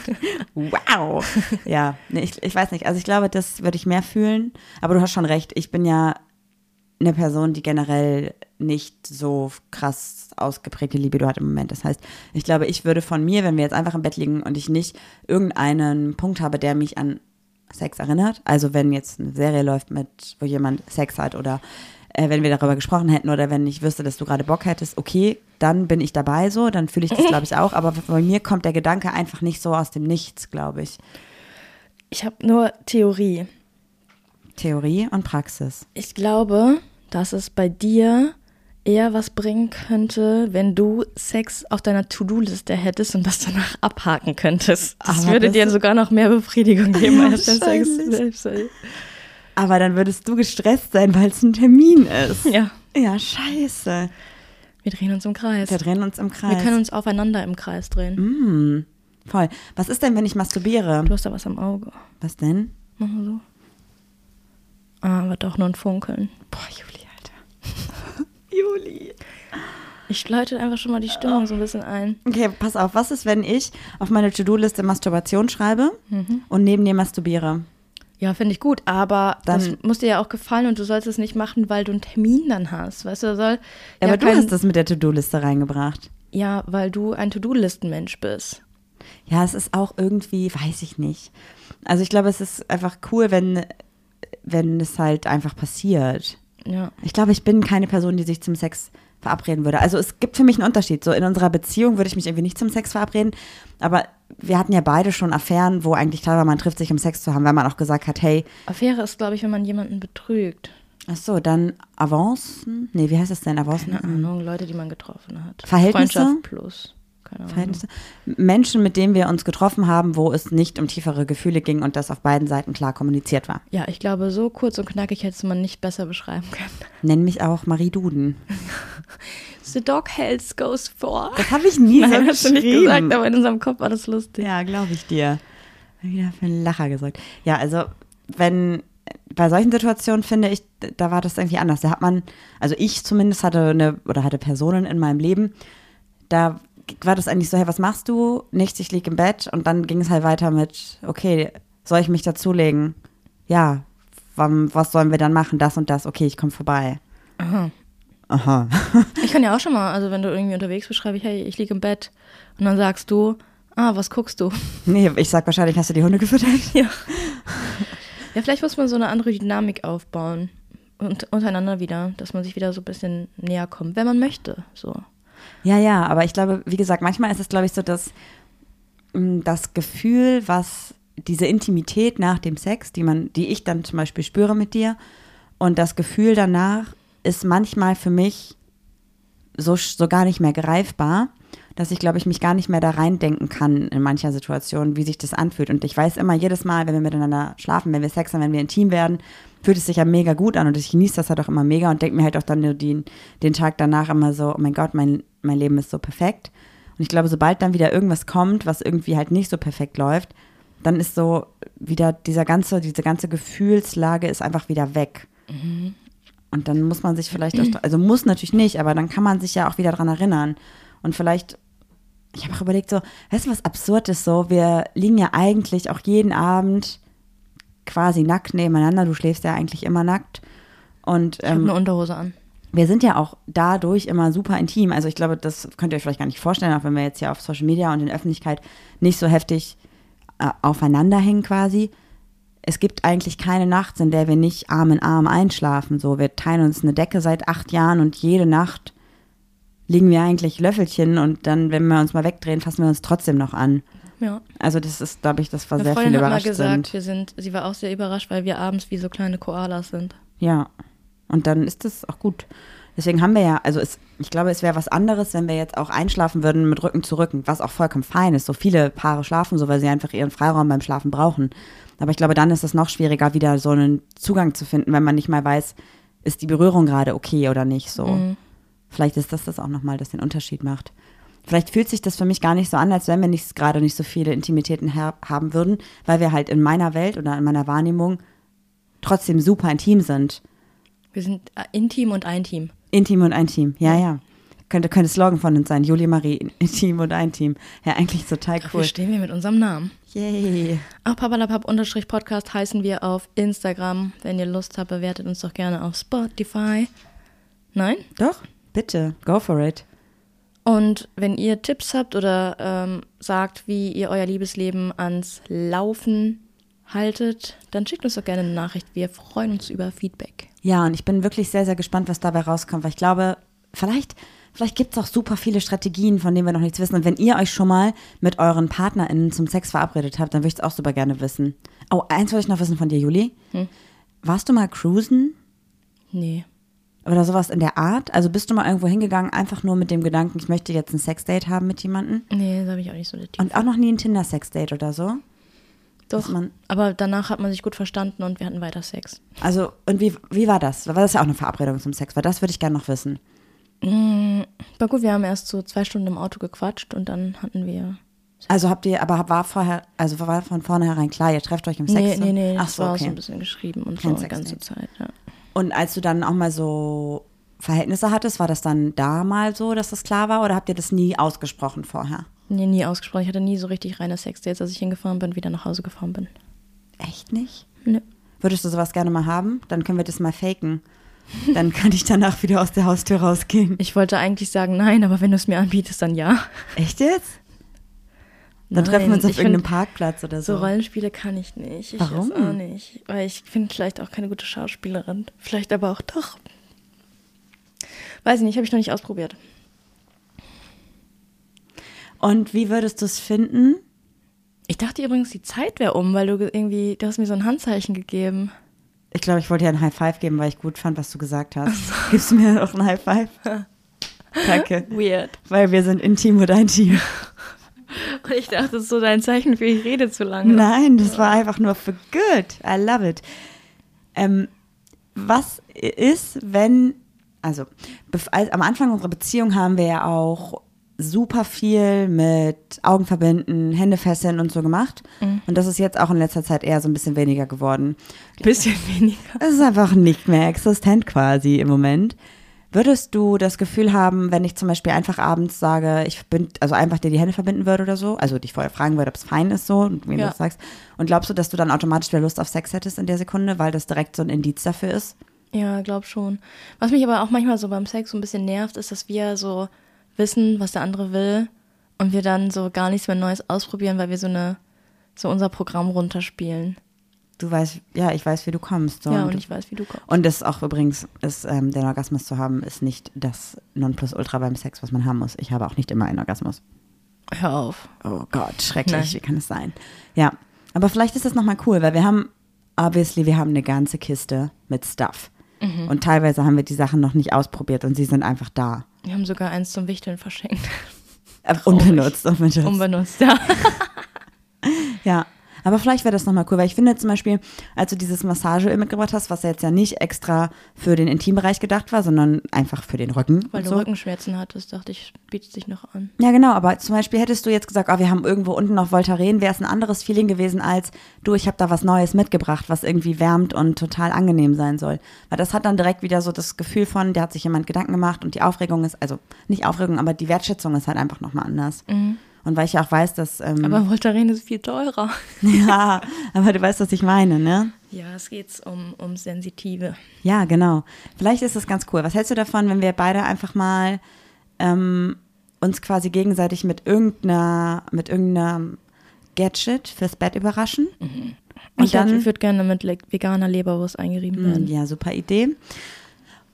Speaker 2: wow. Ja, nee, ich, ich weiß nicht. Also ich glaube, das würde ich mehr fühlen. Aber du hast schon recht. Ich bin ja eine Person, die generell nicht so krass ausgeprägte Libido hat im Moment. Das heißt, ich glaube, ich würde von mir, wenn wir jetzt einfach im Bett liegen und ich nicht irgendeinen Punkt habe, der mich an Sex erinnert, also wenn jetzt eine Serie läuft mit, wo jemand Sex hat oder äh, wenn wir darüber gesprochen hätten oder wenn ich wüsste, dass du gerade Bock hättest, okay, dann bin ich dabei so, dann fühle ich das, glaube ich, auch. Aber bei mir kommt der Gedanke einfach nicht so aus dem Nichts, glaube ich.
Speaker 1: Ich habe nur Theorie.
Speaker 2: Theorie und Praxis.
Speaker 1: Ich glaube, dass es bei dir eher was bringen könnte, wenn du Sex auf deiner To-Do-Liste hättest und das danach abhaken könntest. Das
Speaker 2: Aber
Speaker 1: würde
Speaker 2: das-
Speaker 1: dir sogar noch mehr Befriedigung geben als der Sex
Speaker 2: Wahrscheinlich.
Speaker 1: selbst.
Speaker 2: Aber dann würdest du gestresst sein, weil es ein Termin ist.
Speaker 1: Ja,
Speaker 2: Ja, scheiße.
Speaker 1: wir drehen uns im Kreis.
Speaker 2: Wir drehen uns im Kreis.
Speaker 1: Wir können uns aufeinander im Kreis drehen.
Speaker 2: Mhm. Voll. Was ist denn, wenn ich masturbiere?
Speaker 1: Du hast da was am Auge.
Speaker 2: Was denn?
Speaker 1: Mach mal so. Ah, aber doch nur ein Funkeln.
Speaker 2: Boah, Juli, Alter.
Speaker 1: Ich läute einfach schon mal die Stimmung so ein bisschen ein.
Speaker 2: Okay, pass auf. Was ist, wenn ich auf meine To-Do-Liste Masturbation schreibe
Speaker 1: Mhm.
Speaker 2: und neben dir masturbiere?
Speaker 1: Ja, finde ich gut, aber
Speaker 2: Dann-
Speaker 1: das muss dir ja auch gefallen und du sollst es nicht machen, weil du einen Termin dann hast. Weißt du, da soll.
Speaker 2: Ja,
Speaker 1: ja
Speaker 2: aber du
Speaker 1: kein-
Speaker 2: hast das mit der To-Do-Liste reingebracht.
Speaker 1: Ja, weil du ein To-Do-Listen-Mensch bist.
Speaker 2: Ja, es ist auch irgendwie, weiß ich nicht. Also ich glaube, es ist einfach cool, wenn, wenn es halt einfach passiert.
Speaker 1: Ja.
Speaker 2: Ich glaube, ich bin keine Person, die sich zum Sex verabreden würde. Also es gibt für mich einen Unterschied. So in unserer Beziehung würde ich mich irgendwie nicht zum Sex verabreden, aber wir hatten ja beide schon Affären, wo eigentlich klar war, man trifft sich, um Sex zu haben, weil man auch gesagt hat, hey,
Speaker 1: Affäre ist, glaube ich, wenn man jemanden betrügt.
Speaker 2: ach so, dann Avancen? Nee, wie heißt das denn? Avancen?
Speaker 1: Keine Ahnung, Leute, die man getroffen hat.
Speaker 2: Mhm. Verhältnisse?
Speaker 1: Freundschaft plus. Keine Ahnung.
Speaker 2: Verhältnisse. Menschen, mit denen wir uns getroffen haben, wo es nicht um tiefere Gefühle ging und das auf beiden Seiten klar kommuniziert war.
Speaker 1: Ja, ich glaube, so kurz und knackig hätte man nicht besser beschreiben können.
Speaker 2: Nenn mich auch Marie Duden.
Speaker 1: The dog hells goes for.
Speaker 2: Das habe ich nie so
Speaker 1: Nein, hast du nicht
Speaker 2: geschrieben.
Speaker 1: gesagt, aber in unserem Kopf war das lustig.
Speaker 2: Ja, glaube ich dir. Wieder für einen Lacher gesagt. Ja, also wenn bei solchen Situationen finde ich, da war das irgendwie anders. Da hat man, also ich zumindest hatte eine oder hatte Personen in meinem Leben, da war das eigentlich so, hey, was machst du? Nichts, ich liege im Bett und dann ging es halt weiter mit, okay, soll ich mich dazulegen? Ja, wann, was sollen wir dann machen? Das und das, okay, ich komme vorbei. Aha. Aha.
Speaker 1: Ich kann ja auch schon mal, also wenn du irgendwie unterwegs bist, schreibe ich, hey, ich liege im Bett. Und dann sagst du, ah, was guckst du?
Speaker 2: nee, ich sag wahrscheinlich, hast du die Hunde gefüttert?
Speaker 1: Ja. ja, vielleicht muss man so eine andere Dynamik aufbauen. Und untereinander wieder, dass man sich wieder so ein bisschen näher kommt, wenn man möchte. So.
Speaker 2: Ja, ja, aber ich glaube, wie gesagt, manchmal ist es, glaube ich, so, dass mh, das Gefühl, was diese Intimität nach dem Sex, die man, die ich dann zum Beispiel spüre mit dir, und das Gefühl danach ist manchmal für mich so, sch- so gar nicht mehr greifbar, dass ich, glaube ich, mich gar nicht mehr da reindenken kann in mancher Situation, wie sich das anfühlt. Und ich weiß immer jedes Mal, wenn wir miteinander schlafen, wenn wir Sex haben, wenn wir intim werden, fühlt es sich ja mega gut an und ich genieße das halt auch immer mega und denke mir halt auch dann nur den, den Tag danach immer so, oh mein Gott, mein, mein Leben ist so perfekt. Und ich glaube, sobald dann wieder irgendwas kommt, was irgendwie halt nicht so perfekt läuft, dann ist so wieder dieser ganze, diese ganze Gefühlslage ist einfach wieder weg. Und dann muss man sich vielleicht, auch, also muss natürlich nicht, aber dann kann man sich ja auch wieder dran erinnern. Und vielleicht ich habe auch überlegt, so, weißt du, was absurd ist so? Wir liegen ja eigentlich auch jeden Abend quasi nackt nebeneinander. Du schläfst ja eigentlich immer nackt. Und
Speaker 1: Ich habe
Speaker 2: ähm,
Speaker 1: eine Unterhose an.
Speaker 2: wir sind ja auch dadurch immer super intim. Also ich glaube, das könnt ihr euch vielleicht gar nicht vorstellen, auch wenn wir jetzt hier auf Social Media und in der Öffentlichkeit nicht so heftig äh, aufeinander hängen quasi. Es gibt eigentlich keine Nacht, in der wir nicht Arm in Arm einschlafen. So, wir teilen uns eine Decke seit acht Jahren und jede Nacht liegen wir eigentlich Löffelchen und dann, wenn wir uns mal wegdrehen, fassen wir uns trotzdem noch an.
Speaker 1: Ja.
Speaker 2: Also das ist, glaube ich, das war
Speaker 1: Eine
Speaker 2: sehr viel
Speaker 1: Freundin hat mal
Speaker 2: überrascht
Speaker 1: gesagt,
Speaker 2: sind.
Speaker 1: wir sind, sie war auch sehr überrascht, weil wir abends wie so kleine Koalas sind.
Speaker 2: Ja. Und dann ist das auch gut. Deswegen haben wir ja, also es, ich glaube, es wäre was anderes, wenn wir jetzt auch einschlafen würden mit Rücken zu Rücken, was auch vollkommen fein ist. So viele Paare schlafen so, weil sie einfach ihren Freiraum beim Schlafen brauchen. Aber ich glaube, dann ist es noch schwieriger, wieder so einen Zugang zu finden, wenn man nicht mal weiß, ist die Berührung gerade okay oder nicht so. Vielleicht ist das das auch nochmal, das den Unterschied macht. Vielleicht fühlt sich das für mich gar nicht so an, als wenn wir nicht, gerade nicht so viele Intimitäten her- haben würden, weil wir halt in meiner Welt oder in meiner Wahrnehmung trotzdem super intim sind.
Speaker 1: Wir sind äh, intim und ein Team.
Speaker 2: Intim und ein Team, ja, ja. Könnte, könnte Slogan von uns sein. Julie Marie, Intim und ein Team. Ja, eigentlich total
Speaker 1: Dafür
Speaker 2: cool.
Speaker 1: stehen wir mit unserem Namen.
Speaker 2: Yay.
Speaker 1: Auch papalapap-podcast heißen wir auf Instagram. Wenn ihr Lust habt, bewertet uns doch gerne auf Spotify. Nein?
Speaker 2: Doch, bitte, go for it.
Speaker 1: Und wenn ihr Tipps habt oder ähm, sagt, wie ihr euer Liebesleben ans Laufen haltet, dann schickt uns doch gerne eine Nachricht. Wir freuen uns über Feedback.
Speaker 2: Ja, und ich bin wirklich sehr, sehr gespannt, was dabei rauskommt, weil ich glaube, vielleicht, vielleicht gibt's auch super viele Strategien, von denen wir noch nichts wissen. Und wenn ihr euch schon mal mit euren PartnerInnen zum Sex verabredet habt, dann würde ich es auch super gerne wissen. Oh, eins wollte ich noch wissen von dir, Juli. Warst du mal cruisen
Speaker 1: Nee.
Speaker 2: oder sowas in der Art? Also bist du mal irgendwo hingegangen, einfach nur mit dem Gedanken, ich möchte jetzt ein Sexdate haben mit jemandem?
Speaker 1: Nee, da bin ich auch nicht so der Typ.
Speaker 2: Und auch noch nie ein Tinder-Sexdate oder so?
Speaker 1: Doch,
Speaker 2: man-
Speaker 1: aber danach hat man sich gut verstanden und wir hatten weiter Sex.
Speaker 2: Also, und wie, wie war das? War das ja auch eine Verabredung zum Sex? Weil das würde ich gerne noch wissen.
Speaker 1: War gut, wir haben erst so zwei Stunden im Auto gequatscht und dann hatten wir.
Speaker 2: Also habt ihr, aber war vorher, also war von vornherein klar, ihr trefft euch im
Speaker 1: Nee,
Speaker 2: Sex? ne?
Speaker 1: nee, nee,
Speaker 2: Ach
Speaker 1: das
Speaker 2: so,
Speaker 1: war so
Speaker 2: okay.
Speaker 1: ein bisschen geschrieben und
Speaker 2: Kein
Speaker 1: so die ganze
Speaker 2: Sexdate.
Speaker 1: Zeit. Ja.
Speaker 2: Und als du dann auch mal so Verhältnisse hattest, war das dann da mal so, dass das klar war? Oder habt ihr das nie ausgesprochen vorher?
Speaker 1: Nee, nie ausgesprochen. Ich hatte nie so richtig reine Sexdates, als ich hingefahren bin, wieder nach Hause gefahren bin.
Speaker 2: Echt nicht?
Speaker 1: Nee.
Speaker 2: Würdest du sowas gerne mal haben? Dann können wir das mal faken. Dann kann ich danach wieder aus der Haustür rausgehen.
Speaker 1: Ich wollte eigentlich sagen nein, aber wenn du es mir anbietest, dann ja.
Speaker 2: Echt jetzt? Dann
Speaker 1: Nein,
Speaker 2: treffen wir uns auf
Speaker 1: ich
Speaker 2: irgendeinem
Speaker 1: find,
Speaker 2: Parkplatz oder so.
Speaker 1: So Rollenspiele kann ich nicht. Ich
Speaker 2: Warum?
Speaker 1: weiß auch nicht. Weil ich bin vielleicht auch keine gute Schauspielerin. Vielleicht aber auch doch. Weiß ich nicht, habe ich noch nicht ausprobiert.
Speaker 2: Und wie würdest du es finden?
Speaker 1: Ich dachte übrigens, die Zeit wäre um, weil du ge- irgendwie, du hast mir so ein Handzeichen gegeben.
Speaker 2: Ich glaube, ich wollte dir ein High Five geben, weil ich gut fand, was du gesagt hast. Gibst du mir auch ein High Five? Danke.
Speaker 1: Weird.
Speaker 2: Weil wir sind intim oder ein Team.
Speaker 1: Und ich dachte, das ist so dein Zeichen für ich rede zu lange.
Speaker 2: Nein, das war einfach nur für good. I love it. Ähm, was ist, wenn, also bef- als, am Anfang unserer Beziehung haben wir ja auch super viel mit Augenverbinden, Hände fesseln und so gemacht. Und das ist jetzt auch in letzter Zeit eher so ein bisschen weniger geworden.
Speaker 1: Ein bisschen weniger.
Speaker 2: Es ist einfach nicht mehr existent quasi im Moment. Würdest du das Gefühl haben, wenn ich zum Beispiel einfach abends sage, ich bin, also einfach dir die Hände verbinden würde oder so, also dich vorher fragen würde, ob es fein ist so und wie du
Speaker 1: Ja.
Speaker 2: das sagst, und glaubst du, dass du dann automatisch wieder Lust auf Sex hättest in der Sekunde, weil das direkt so ein Indiz dafür ist?
Speaker 1: Ja, glaub schon. Was mich aber auch manchmal so beim Sex so ein bisschen nervt, ist, dass wir so wissen, was der andere will und wir dann so gar nichts mehr Neues ausprobieren, weil wir so eine, so unser Programm runterspielen.
Speaker 2: Du weißt, ja, ich weiß, wie du kommst. So.
Speaker 1: ja,
Speaker 2: du-
Speaker 1: und ich weiß, wie du kommst.
Speaker 2: Und das auch übrigens, ist, ähm, den Orgasmus zu haben, ist nicht das Nonplusultra beim Sex, was man haben muss. Ich habe auch nicht immer einen Orgasmus.
Speaker 1: Hör auf.
Speaker 2: Oh Gott, schrecklich,
Speaker 1: Nein.
Speaker 2: wie kann es sein? Ja, aber vielleicht ist das nochmal cool, weil wir haben, obviously, wir haben eine ganze Kiste mit Stuff.
Speaker 1: Mhm.
Speaker 2: Und teilweise haben wir die Sachen noch nicht ausprobiert und sie sind einfach da.
Speaker 1: Wir haben sogar eins zum Wichteln verschenkt. Um-
Speaker 2: Äh, unbenutzt. unbenutzt.
Speaker 1: Unbenutzt, ja.
Speaker 2: Ja, Aber vielleicht wäre das nochmal cool, weil ich finde zum Beispiel, als du dieses Massageöl mitgebracht hast, was ja jetzt ja nicht extra für den Intimbereich gedacht war, sondern einfach für den Rücken.
Speaker 1: Weil
Speaker 2: und
Speaker 1: du
Speaker 2: so.
Speaker 1: Rückenschmerzen hattest, dachte ich, bietet sich noch an.
Speaker 2: Ja, genau, aber zum Beispiel hättest du jetzt gesagt, ah, wir haben irgendwo unten noch Voltaren, wäre es ein anderes Feeling gewesen als, du, ich habe da was Neues mitgebracht, was irgendwie wärmt und total angenehm sein soll. Weil das hat dann direkt wieder so das Gefühl von, da hat sich jemand Gedanken gemacht und die Aufregung ist, also nicht Aufregung, aber die Wertschätzung ist halt einfach nochmal anders. Und weil ich ja auch weiß, dass, ähm,
Speaker 1: Aber Voltaren ist viel teurer.
Speaker 2: ja, aber du weißt, was ich meine, ne?
Speaker 1: Ja, es geht um, um Sensitive.
Speaker 2: Ja, genau. Vielleicht ist das ganz cool. Was hältst du davon, wenn wir beide einfach mal ähm, uns quasi gegenseitig mit irgendeiner, mit irgendeinem Gadget fürs Bett überraschen?
Speaker 1: Und
Speaker 2: Und
Speaker 1: ich
Speaker 2: dann- Mhm.
Speaker 1: dann, würde gerne mit le- veganer Leberwurst eingerieben werden.
Speaker 2: Hm, Ja, super Idee.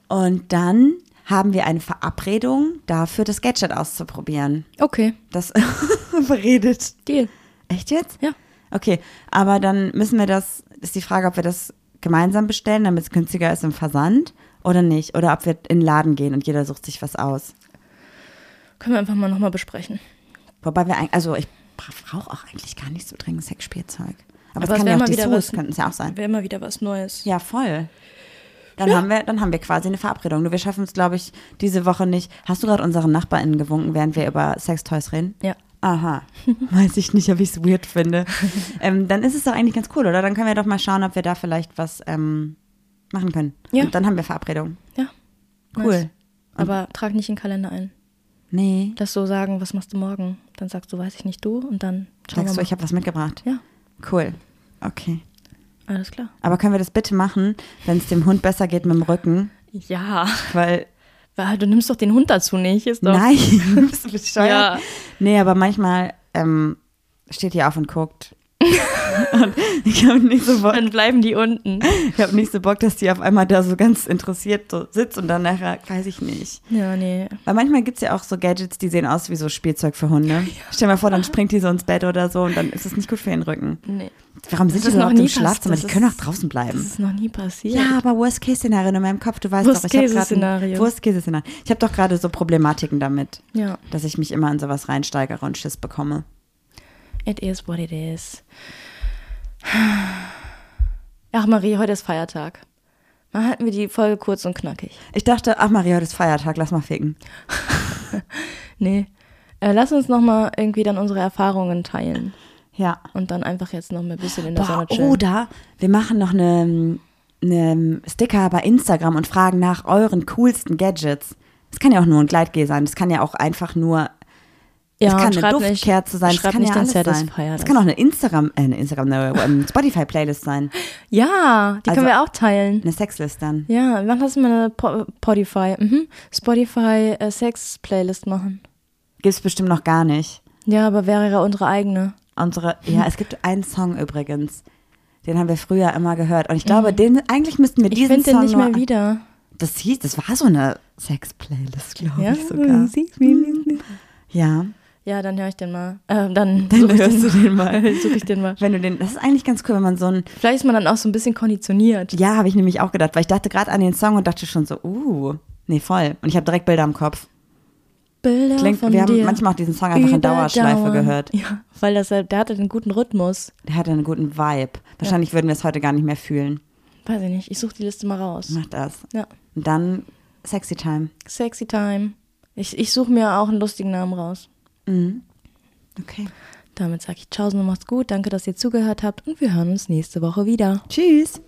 Speaker 2: Und dann haben wir eine Verabredung dafür, das Gadget auszuprobieren.
Speaker 1: Okay,
Speaker 2: Das verredet.
Speaker 1: Deal.
Speaker 2: Echt jetzt?
Speaker 1: Ja.
Speaker 2: Okay, aber dann müssen wir das, ist die Frage, ob wir das gemeinsam bestellen, damit es günstiger ist im Versand oder nicht. Oder ob wir in den Laden gehen und jeder sucht sich was aus.
Speaker 1: Können wir einfach mal nochmal besprechen.
Speaker 2: Wobei wir, ein- also ich bra- brauche auch eigentlich gar nicht so dringend Sexspielzeug.
Speaker 1: Aber
Speaker 2: Aber, es
Speaker 1: es
Speaker 2: kann
Speaker 1: wär
Speaker 2: ja auch
Speaker 1: mal
Speaker 2: die
Speaker 1: wieder
Speaker 2: Soße,
Speaker 1: was-
Speaker 2: könnten es ja auch sein.
Speaker 1: Wäre mal wieder was Neues.
Speaker 2: Ja, voll. Dann, Haben wir, dann haben wir quasi eine Verabredung. Nur wir schaffen es, glaube ich, diese Woche nicht. Hast du gerade unseren NachbarInnen gewunken, während wir über Sextoys reden?
Speaker 1: Ja.
Speaker 2: Aha, weiß ich nicht, ob ich es weird finde. ähm, dann ist es doch eigentlich ganz cool, oder? Dann können wir doch mal schauen, ob wir da vielleicht was ähm, machen können.
Speaker 1: Ja.
Speaker 2: Und dann haben wir Verabredung.
Speaker 1: Ja.
Speaker 2: Cool.
Speaker 1: Nice. Aber trag nicht in den Kalender ein.
Speaker 2: Nee.
Speaker 1: Lass so sagen, was machst du morgen? Dann sagst du, weiß ich nicht, du. Und dann schauen
Speaker 2: Sagst du,
Speaker 1: wir
Speaker 2: ich habe was mitgebracht.
Speaker 1: mal. Ja,
Speaker 2: Cool. Okay.
Speaker 1: alles klar.
Speaker 2: Aber können wir das bitte machen, wenn es dem Hund besser geht mit dem Rücken?
Speaker 1: Ja.
Speaker 2: Weil,
Speaker 1: Weil Du nimmst doch den Hund dazu nicht, ist doch.
Speaker 2: nein, bist du bescheuert?
Speaker 1: Ja.
Speaker 2: Nee, aber manchmal ähm, steht ihr auf und guckt. und ich habe nicht so Bock.
Speaker 1: Dann bleiben die unten.
Speaker 2: Ich habe nicht so Bock, dass die auf einmal da so ganz interessiert so sitzt und dann nachher, weiß ich nicht.
Speaker 1: Ja, nee.
Speaker 2: Weil manchmal gibt es ja auch so Gadgets, die sehen aus wie so Spielzeug für Hunde. Stell dir mal vor, dann springt die so ins Bett oder so und dann ist es nicht gut für den Rücken.
Speaker 1: Nee.
Speaker 2: Warum
Speaker 1: Das
Speaker 2: sind die
Speaker 1: ist
Speaker 2: so
Speaker 1: noch
Speaker 2: auf dem
Speaker 1: nie pass-
Speaker 2: Schlafzimmer?
Speaker 1: das
Speaker 2: Die können auch
Speaker 1: ist- Das
Speaker 2: draußen bleiben.
Speaker 1: ist noch nie passiert.
Speaker 2: Ja, aber Worst-Case-Szenario ne, in meinem Kopf, du weißt doch, ich habe gerade
Speaker 1: Worst-Case-Szenario.
Speaker 2: Worst-Case-Szenario. Ich habe doch gerade so Problematiken damit,
Speaker 1: Ja.
Speaker 2: dass ich mich immer in sowas reinsteigere und Schiss bekomme.
Speaker 1: It is what it is. Ach, Marie, heute ist Feiertag. Mal halten wir die Folge kurz und knackig.
Speaker 2: Ich dachte, ach Maria, heute ist Feiertag, lass mal ficken.
Speaker 1: Nee. Äh, lass uns nochmal irgendwie dann unsere Erfahrungen teilen.
Speaker 2: Ja.
Speaker 1: Und dann einfach jetzt noch mal ein bisschen in der
Speaker 2: Boah, oh,
Speaker 1: Sonne chillen.
Speaker 2: oder wir machen noch einen eine Sticker bei Instagram und fragen nach euren coolsten Gadgets. Es kann ja auch nur ein Gleitgel sein. Es kann ja auch einfach nur
Speaker 1: ja,
Speaker 2: es kann
Speaker 1: und
Speaker 2: eine
Speaker 1: schreibt
Speaker 2: Duftkerze
Speaker 1: nicht,
Speaker 2: sein. Es
Speaker 1: Schreibt
Speaker 2: kann
Speaker 1: nicht
Speaker 2: ja
Speaker 1: den
Speaker 2: alles sein.
Speaker 1: Satisfier.
Speaker 2: Es kann auch eine Instagram, äh, eine Instagram, eine ähm, Spotify-Playlist sein.
Speaker 1: ja, die
Speaker 2: Also-
Speaker 1: können wir auch teilen.
Speaker 2: Eine Sexlist dann.
Speaker 1: Ja, wann hast du mal eine po Podify? Mhm. Spotify äh, Sex Playlist machen.
Speaker 2: Gibt's bestimmt noch gar nicht.
Speaker 1: Ja, aber wäre ja unsere eigene.
Speaker 2: Unsere, ja, es gibt einen Song übrigens. Den haben wir früher immer gehört. Und ich glaube, den, eigentlich müssten wir
Speaker 1: Mhm. Ich
Speaker 2: diesen
Speaker 1: finde den
Speaker 2: Song
Speaker 1: nicht
Speaker 2: nur
Speaker 1: mehr wieder.
Speaker 2: Das hieß, das war so eine Sex-Playlist, glaube
Speaker 1: Ja? Mhm.
Speaker 2: ich sogar. Ja.
Speaker 1: Ja, dann höre ich den mal. Ähm, dann
Speaker 2: Dann
Speaker 1: suche ich,
Speaker 2: hörst
Speaker 1: den-
Speaker 2: du den mal.
Speaker 1: such ich den mal.
Speaker 2: Wenn du den, das ist eigentlich ganz cool, wenn man so ein,
Speaker 1: Vielleicht ist man dann auch so ein bisschen konditioniert.
Speaker 2: ja, habe ich nämlich auch gedacht, weil ich dachte gerade an den Song und dachte schon so, uh, nee, voll. Und ich habe direkt Bilder im Kopf.
Speaker 1: Bilder
Speaker 2: Klingt,
Speaker 1: von
Speaker 2: wir haben
Speaker 1: dir
Speaker 2: manchmal auch diesen Song einfach in Dauerschleife
Speaker 1: überdauern.
Speaker 2: gehört.
Speaker 1: Ja, weil das, halt- der hatte einen guten Rhythmus.
Speaker 2: Der hatte einen guten Vibe. Wahrscheinlich würden wir es heute gar nicht mehr fühlen.
Speaker 1: Weiß ich nicht, ich suche die Liste mal raus.
Speaker 2: Mach das.
Speaker 1: Ja.
Speaker 2: Und dann Sexy Time.
Speaker 1: Sexy Time. Ich, ich suche mir auch einen lustigen Namen raus.
Speaker 2: Mhm. Okay.
Speaker 1: Damit sage ich Tschaußen und macht's gut. Danke, dass ihr zugehört habt und wir hören uns nächste Woche wieder.
Speaker 2: Tschüss.